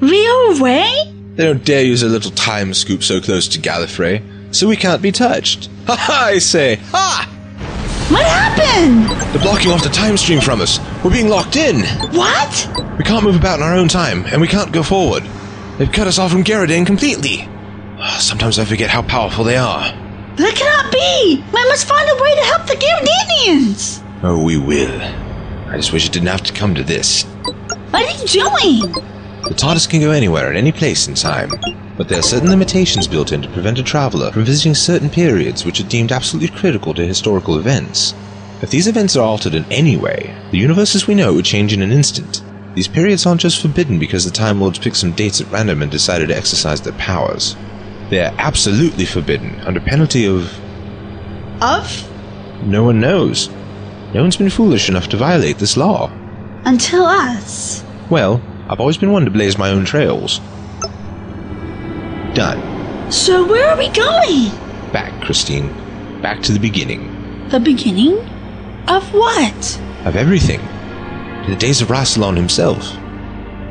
Real way? They don't dare use a little time scoop so close to Gallifrey, so we can't be touched. Ha ha, I say. Ha! What happened? They're blocking off the time stream from us. We're being locked in. What? We can't move about in our own time, and we can't go forward. They've cut us off from Gerardin completely. Ah, Sometimes I forget how powerful they are. That cannot be! We must find a way to help the Gyrodinians! Oh, we will. I just wish it didn't have to come to this. What are you doing? The TARDIS can go anywhere in any place in time, but there are certain limitations built in to prevent a traveler from visiting certain periods which are deemed absolutely critical to historical events. If these events are altered in any way, the universe as we know it would change in an instant. These periods aren't just forbidden because the Time Lords picked some dates at random and decided to exercise their powers. They are absolutely forbidden under penalty of Of? no one knows. No one's been foolish enough to violate this law. Until us. Well, I've always been one to blaze my own trails. Done. So where are we going? Back, Christine. Back to the beginning. The beginning? Of what? Of everything. To the days of Rassilon himself.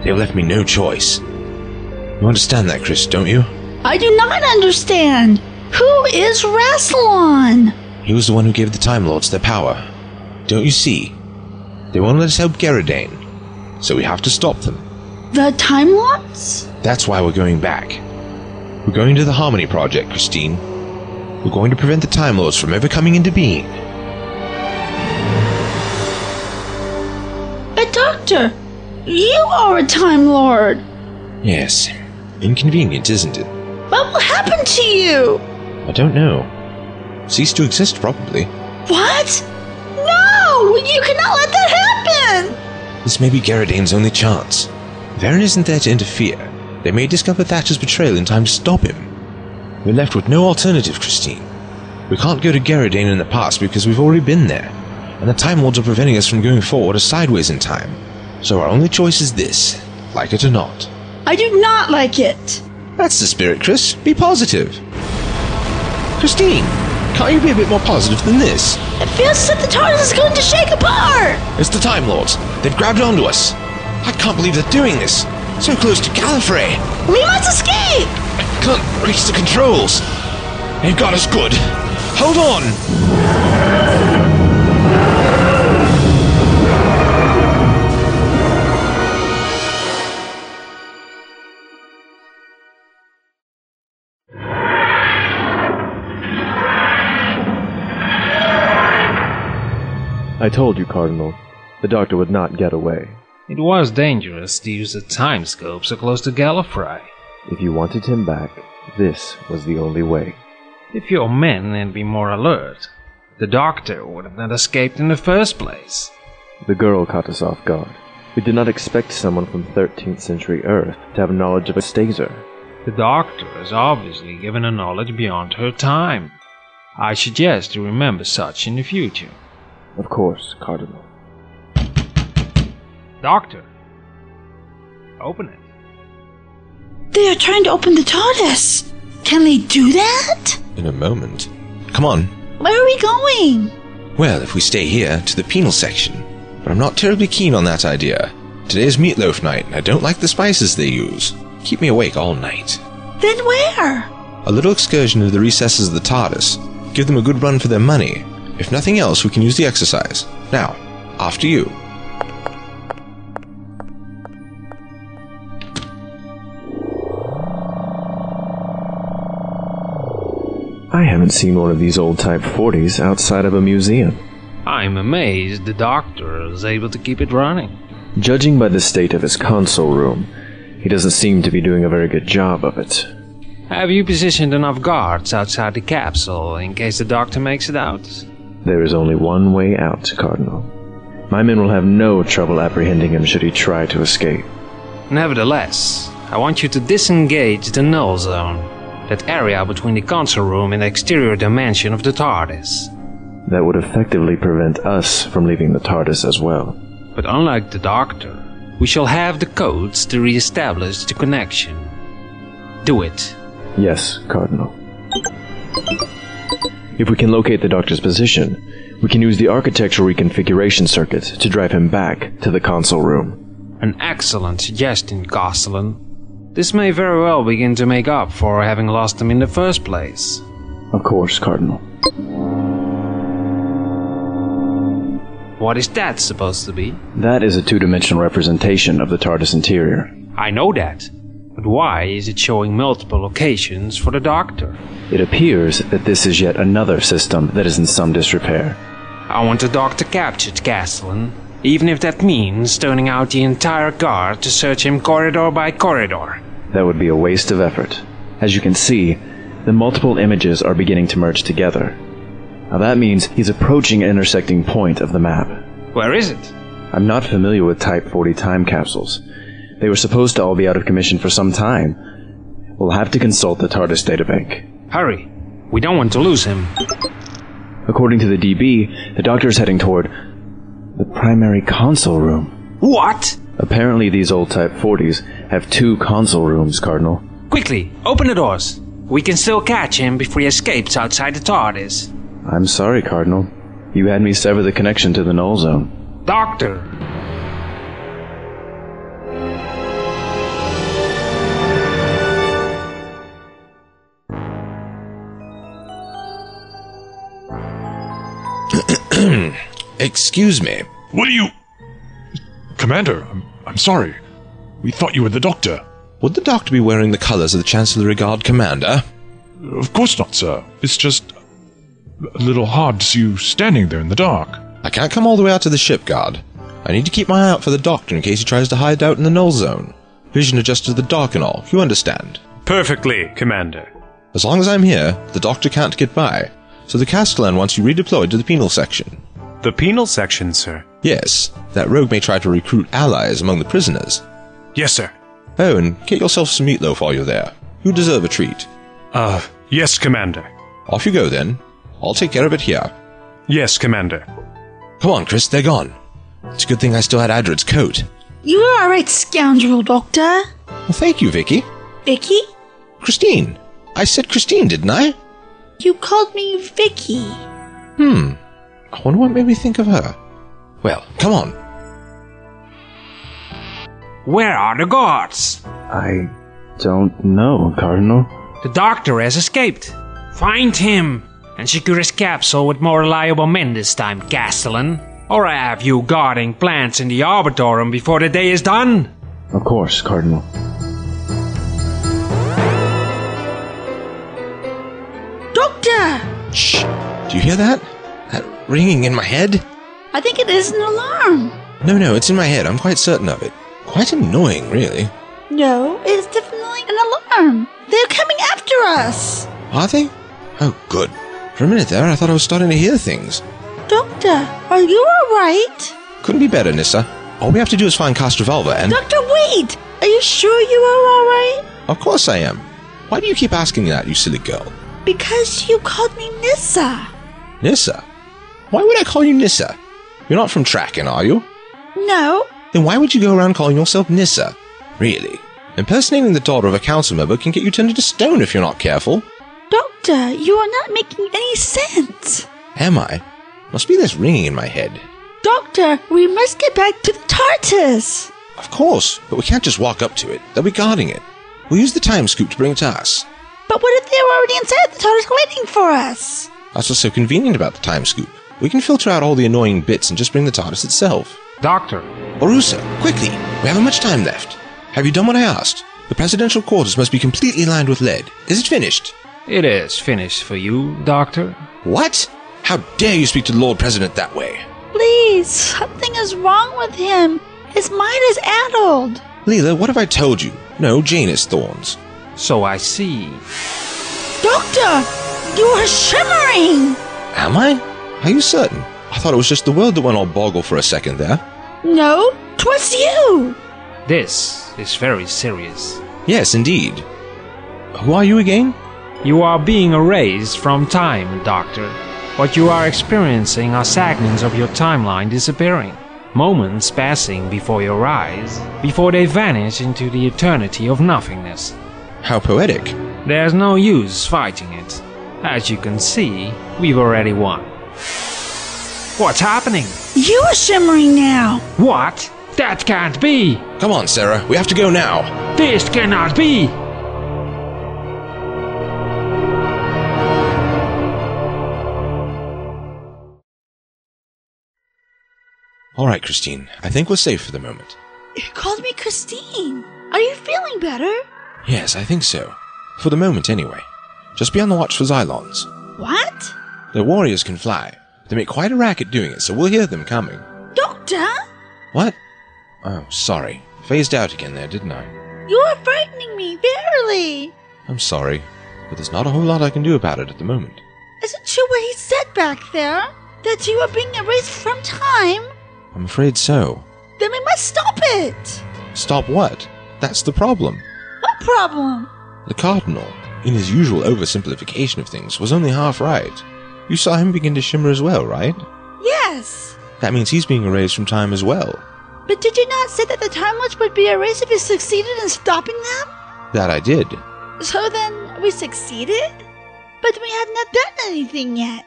They left me no choice. You understand that, Chris, don't you? I do not understand. Who is Rassilon? He was the one who gave the Time Lords their power. Don't you see? They won't let us help Gerardane, so we have to stop them. The Time Lords? That's why we're going back. We're going to the Harmony Project, Christine. We're going to prevent the Time Lords from ever coming into being. But Doctor, you are a Time Lord. Yes. Inconvenient, isn't it? What will happen to you? I don't know. Cease to exist, probably. What? No! You cannot let that happen! This may be Gerardane's only chance. Varen isn't there to interfere. They may discover Thatcher's betrayal in time to stop him. We're left with no alternative, Christine. We can't go to Gerardane in the past because we've already been there, and the Time Lords are preventing us from going forward or sideways in time. So our only choice is this, like it or not. I do not like it. That's the spirit, Chris. Be positive. Christine, can't you be a bit more positive than this? It feels that the TARDIS is going to shake apart! It's the Time Lords. They've grabbed onto us. I can't believe they're doing this. So close to Gallifrey. We must escape! I can't reach the controls. They've got us good. Hold on. I told you, Cardinal, the doctor would not get away. It was dangerous to use a time scope so close to Gallifrey. If you wanted him back, this was the only way. If your men had been more alert, the doctor would have not escaped in the first place. The girl caught us off guard. We did not expect someone from 13th century Earth to have knowledge of a staser. The doctor is obviously given a knowledge beyond her time. I suggest you remember such in the future. Of course, Cardinal. Doctor, open it. They are trying to open the TARDIS! Can they do that? In a moment. Come on. Where are we going? Well, if we stay here, to the penal section. But I'm not terribly keen on that idea. Today's meatloaf night, and I don't like the spices they use. Keep me awake all night. Then where? A little excursion into the recesses of the TARDIS. Give them a good run for their money. If nothing else, we can use the exercise. Now, after you. I haven't seen one of these old Type 40s outside of a museum. I'm amazed the doctor is able to keep it running. Judging by the state of his console room, he doesn't seem to be doing a very good job of it. Have you positioned enough guards outside the capsule in case the doctor makes it out? There is only one way out, Cardinal. My men will have no trouble apprehending him should he try to escape. Nevertheless, I want you to disengage the null zone, that area between the console room and the exterior dimension of the TARDIS. That would effectively prevent us from leaving the TARDIS as well. But unlike the Doctor, we shall have the codes to re-establish the connection. Do it. Yes, Cardinal. If we can locate the Doctor's position, we can use the architectural reconfiguration circuit to drive him back to the console room. An excellent suggestion, Castellan. This may very well begin to make up for having lost them in the first place. Of course, Cardinal. What is that supposed to be? That is a two dimensional representation of the TARDIS interior. I know that. But why is it showing multiple locations for the doctor? It appears that this is yet another system that is in some disrepair. I want the doctor captured, Castellan. Even if that means turning out the entire guard to search him corridor by corridor. That would be a waste of effort. As you can see, the multiple images are beginning to merge together. Now that means he's approaching an intersecting point of the map. Where is it? I'm not familiar with Type 40 time capsules. They were supposed to all be out of commission for some time. We'll have to consult the TARDIS databank. Hurry. We don't want to lose him. According to the DB, the doctor is heading toward the primary console room. What? Apparently, these old Type 40s have two console rooms, Cardinal. Quickly, open the doors. We can still catch him before he escapes outside the TARDIS. I'm sorry, Cardinal. You had me sever the connection to the null zone. Doctor! Excuse me. What are you. Commander, I'm, I'm sorry. We thought you were the doctor. Would the doctor be wearing the colors of the Chancellery Guard Commander? Of course not, sir. It's just. a little hard to see you standing there in the dark. I can't come all the way out to the ship guard. I need to keep my eye out for the doctor in case he tries to hide out in the null zone. Vision adjusted to the dark and all, you understand. Perfectly, Commander. As long as I'm here, the doctor can't get by, so the Castellan wants you redeployed to the penal section. The penal section, sir. Yes, that rogue may try to recruit allies among the prisoners. Yes, sir. Oh, and get yourself some meatloaf while you're there. You deserve a treat. Uh, yes, Commander. Off you go then. I'll take care of it here. Yes, Commander. Come on, Chris, they're gone. It's a good thing I still had Adred's coat. You were all right, scoundrel doctor. Well, thank you, Vicky. Vicky? Christine. I said Christine, didn't I? You called me Vicky. Hmm. I wonder what made me think of her. Well, come on. Where are the guards? I don't know, Cardinal. The doctor has escaped. Find him and secure his capsule with more reliable men this time, Castellan. Or I have you guarding plants in the Arbitorum before the day is done. Of course, Cardinal. Doctor! Shh. Do you hear that? That ringing in my head? I think it is an alarm. No, no, it's in my head. I'm quite certain of it. Quite annoying, really. No, it's definitely an alarm. They're coming after us. Are they? Oh, good. For a minute there, I thought I was starting to hear things. Doctor, are you all right? Couldn't be better, Nissa. All we have to do is find Cast Revolver and. Doctor, wait! Are you sure you are all right? Of course I am. Why do you keep asking that, you silly girl? Because you called me Nissa. Nissa? Why would I call you Nissa? You're not from Traken, are you? No, Then why would you go around calling yourself Nissa? Really? Impersonating the daughter of a council member can get you turned into stone if you're not careful. Doctor, you are not making any sense. Am I? Must be this ringing in my head. Doctor, we must get back to the TARDIS. Of course, but we can't just walk up to it. They'll be guarding it. We'll use the time scoop to bring it to us. But what if they're already inside the TARDIS waiting for us? That's what's so convenient about the time scoop. We can filter out all the annoying bits and just bring the TARDIS itself. Doctor, Orusa, quickly! We haven't much time left. Have you done what I asked? The presidential quarters must be completely lined with lead. Is it finished? it is finished for you, Doctor. What? How dare you speak to the Lord President that way? Please, something is wrong with him. His mind is addled. Leela, what have I told you? No, Janus thorns. So I see. Doctor, you are shimmering. Am I? Are you certain? I thought it was just the world that went all boggle for a second there. No, 'twas you. This is very serious. Yes, indeed. Who are you again? You are being erased from time, Doctor. What you are experiencing are segments of your timeline disappearing, moments passing before your eyes, before they vanish into the eternity of nothingness. How poetic. There's no use fighting it. As you can see, we've already won. What's happening? You are shimmering now. What? That can't be! Come on, Sarah, we have to go now. This cannot be! All right, Christine, I think we're safe for the moment. You called me Christine. Are you feeling better? Yes, I think so. For the moment, anyway. Just be on the watch for Xylons. What? Their warriors can fly. They make quite a racket doing it, so we'll hear them coming. Doctor? What? Oh, sorry. Phased out again there, didn't I? You are frightening me, verily. I'm sorry, but there's not a whole lot I can do about it at the moment. Isn't true what he said back there? That you are being erased from time? I'm afraid so. Then we must stop it! Stop what? That's the problem. What problem? The Cardinal, in his usual oversimplification of things, was only half right. You saw him begin to shimmer as well, right? Yes! That means he's being erased from time as well. But did you not say that the Time Lords would be erased if we succeeded in stopping them? That I did. So then, we succeeded? But we have not done anything yet.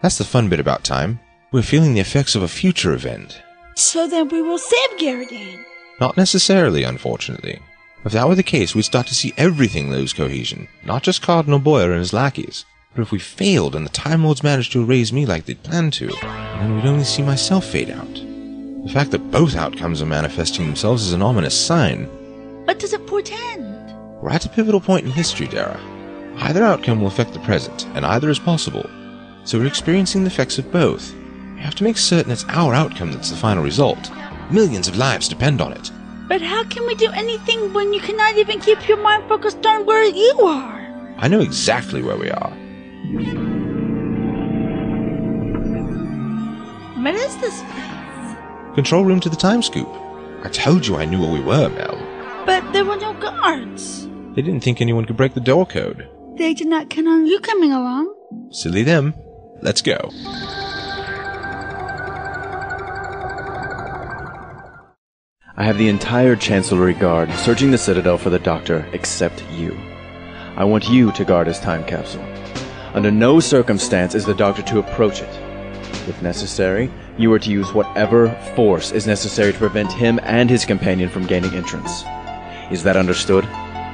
That's the fun bit about time. We're feeling the effects of a future event. So then we will save Gyaradan. Not necessarily, unfortunately. If that were the case, we'd start to see everything lose cohesion, not just Cardinal Boyer and his lackeys. But if we failed and the Time Lords managed to erase me like they'd planned to, then we'd only see myself fade out. The fact that both outcomes are manifesting themselves is an ominous sign. What does it portend? We're at a pivotal point in history, Dara. Either outcome will affect the present, and either is possible. So we're experiencing the effects of both. We have to make certain it's our outcome that's the final result. Millions of lives depend on it. But how can we do anything when you cannot even keep your mind focused on where you are? I know exactly where we are. What is this place? Control room to the time scoop. I told you I knew where we were, Mel. But there were no guards. They didn't think anyone could break the door code. They did not count on you coming along. Silly them. Let's go. I have the entire Chancellery Guard searching the Citadel for the Doctor except you. I want you to guard his time capsule. Under no circumstance is the Doctor to approach it. If necessary, you are to use whatever force is necessary to prevent him and his companion from gaining entrance. Is that understood?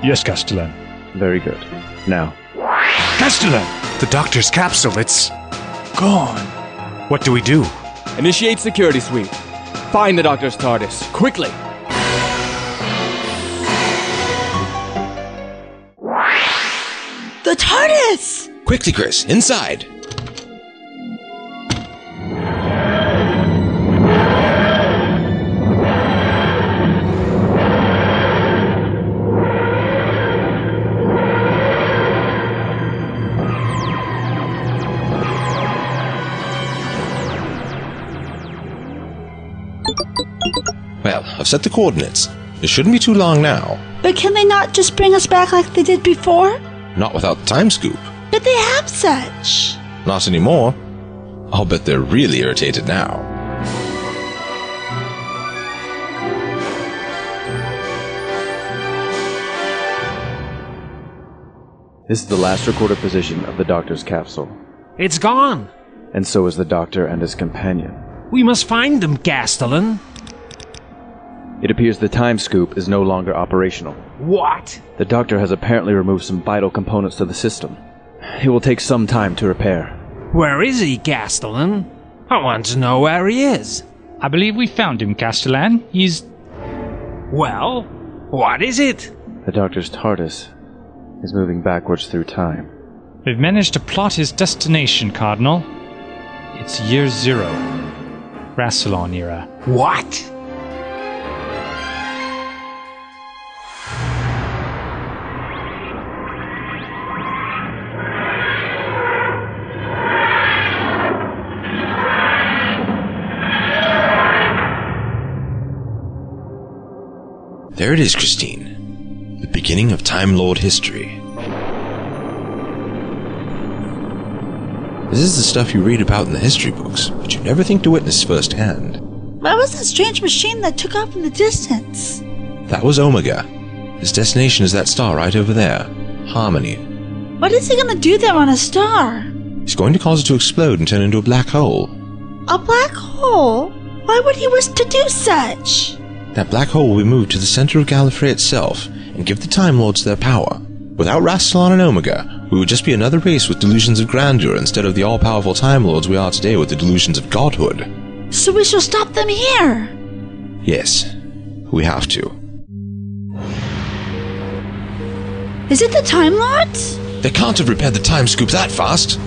Yes, Castellan. Very good. Now, Castellan! The doctor's capsule, it's. gone. What do we do? Initiate security sweep. Find the Doctor's TARDIS, quickly! The TARDIS! Quickly, Chris, inside! Well, I've set the coordinates. It shouldn't be too long now. But can they not just bring us back like they did before? Not without the time scoop. But they have such. Not anymore. I'll bet they're really irritated now. this is the last recorded position of the Doctor's capsule, It's gone! and so is the Doctor and his companion. We must find them, Castellan! It appears the time scoop is no longer operational. What? The doctor has apparently removed some vital components to the system. It will take some time to repair. Where is he, Castellan? I want to know where he is. I believe we found him, Castellan. He's. Well, what is it? The doctor's TARDIS is moving backwards through time. We've managed to plot his destination, Cardinal. It's year zero. Rassilon era. What? There it is, Christine. The beginning of Time Lord history. This is the stuff you read about in the history books, but you never think to witness firsthand. What was that strange machine that took off in the distance? That was Omega. His destination is that star right over there, Harmony. What is he gonna do there on a star? He's going to cause it to explode and turn into a black hole. A black hole? Why would he wish to do such? That black hole will be moved to the center of Gallifrey itself and give the Time Lords their power. Without Rassilon and Omega, we would just be another race with delusions of grandeur instead of the all powerful Time Lords we are today with the delusions of godhood. So we shall stop them here. Yes, we have to. Is it the Time Lords? They can't have repaired the time scoop that fast.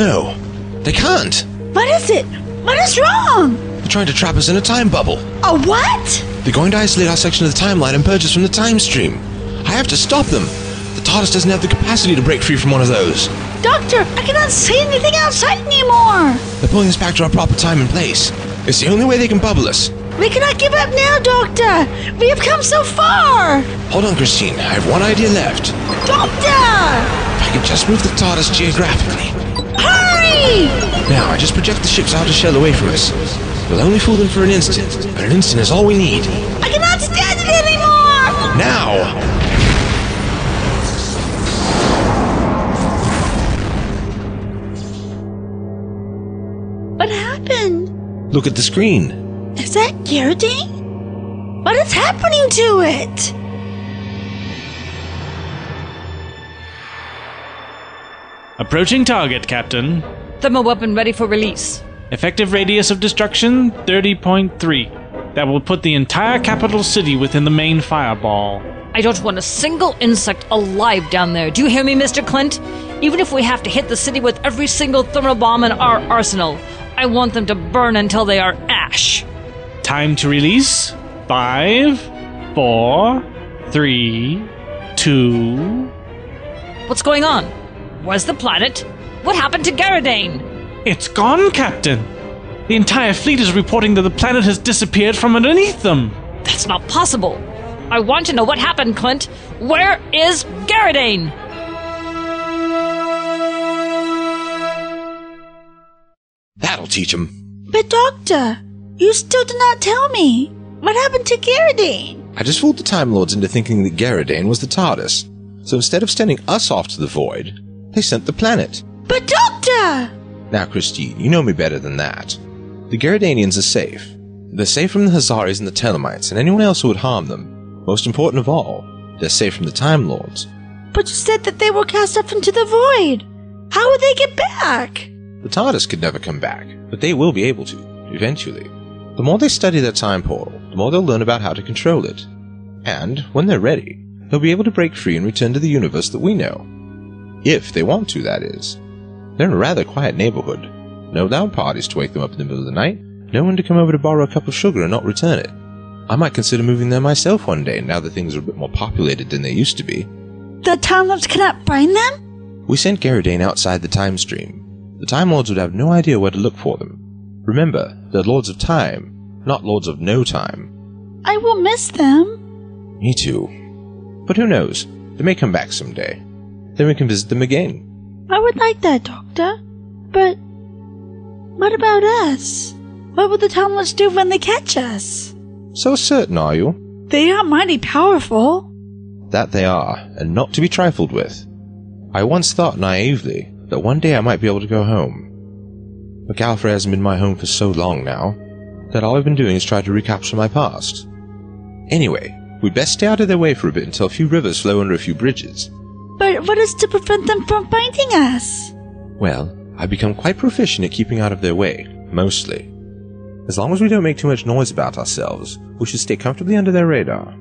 No, they can't. What is it? What is wrong? They're trying to trap us in a time bubble. A what? They're going to isolate our section of the timeline and purge us from the time stream. I have to stop them. The TARDIS doesn't have the capacity to break free from one of those. Doctor, I cannot see anything outside anymore. They're pulling us back to our proper time and place. It's the only way they can bubble us. We cannot give up now, Doctor. We have come so far. Hold on, Christine. I have one idea left. Doctor! If I could just move the TARDIS geographically. Hurry! Now, I just project the ship's outer shell away from us. We'll only fool them for an instant, but an instant is all we need. I cannot stand it anymore. Now! What happened? Look at the screen. Is that Gyarados? What is happening to it? Approaching target, Captain. Thermal weapon ready for release. Effective radius of destruction 30.3. That will put the entire capital city within the main fireball. I don't want a single insect alive down there. Do you hear me, Mr. Clint? Even if we have to hit the city with every single thermal bomb in our arsenal, I want them to burn until they are ash. Time to release five, four, three, two. What's going on? Where's the planet? What happened to Garadane? It's gone, Captain! The entire fleet is reporting that the planet has disappeared from underneath them. That's not possible. I want to know what happened, Clint. Where is Garadane? That'll teach them. But Doctor, you still did not tell me. What happened to Gyarados? I just fooled the Time Lords into thinking that Garadane was the TARDIS. So instead of sending us off to the void, they sent the planet. But Doctor! Now, Christine, you know me better than that. The Garadanians are safe. They're safe from the Hazaris and the Telemites and anyone else who would harm them. Most important of all, they're safe from the Time Lords. But you said that they were cast off into the void. How would they get back? The TARDIS could never come back, but they will be able to, eventually. The more they study their time portal, the more they'll learn about how to control it. And, when they're ready, they'll be able to break free and return to the universe that we know. If they want to, that is. They're in a rather quiet neighborhood. No loud parties to wake them up in the middle of the night, no one to come over to borrow a cup of sugar and not return it. I might consider moving there myself one day now that things are a bit more populated than they used to be. The Time Lords cannot find them? We sent Garadane outside the time stream. The Time Lords would have no idea where to look for them. Remember, they're Lords of Time, not Lords of No Time. I will miss them. Me too. But who knows? They may come back someday. Then we can visit them again. I would like that, Doctor. But what about us? What will the Time Lords do when they catch us? So certain are you? They are mighty powerful. That they are, and not to be trifled with. I once thought naively that one day I might be able to go home. But Gallifrey hasn't been my home for so long now that all I've been doing is try to recapture my past. Anyway, we'd best stay out of their way for a bit until a few rivers flow under a few bridges. But what is to prevent them from finding us? Well, I've become quite proficient at keeping out of their way, mostly. As long as we don't make too much noise about ourselves, we should stay comfortably under their radar.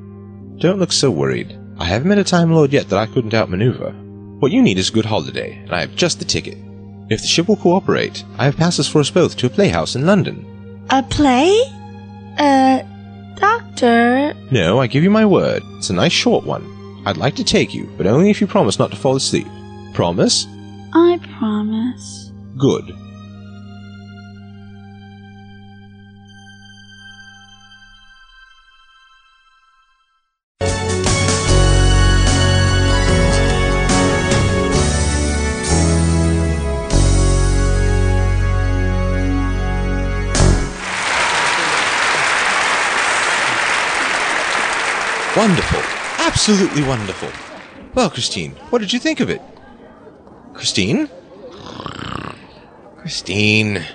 Don't look so worried. I haven't met a Time Lord yet that I couldn't outmaneuver. What you need is a good holiday, and I have just the ticket. If the ship will cooperate, I have passes for us both to a playhouse in London. A play? Uh, Doctor? No, I give you my word. It's a nice short one. I'd like to take you, but only if you promise not to fall asleep. Promise? I promise. Good. Wonderful. Absolutely wonderful. Well, Christine, what did you think of it? Christine? Christine.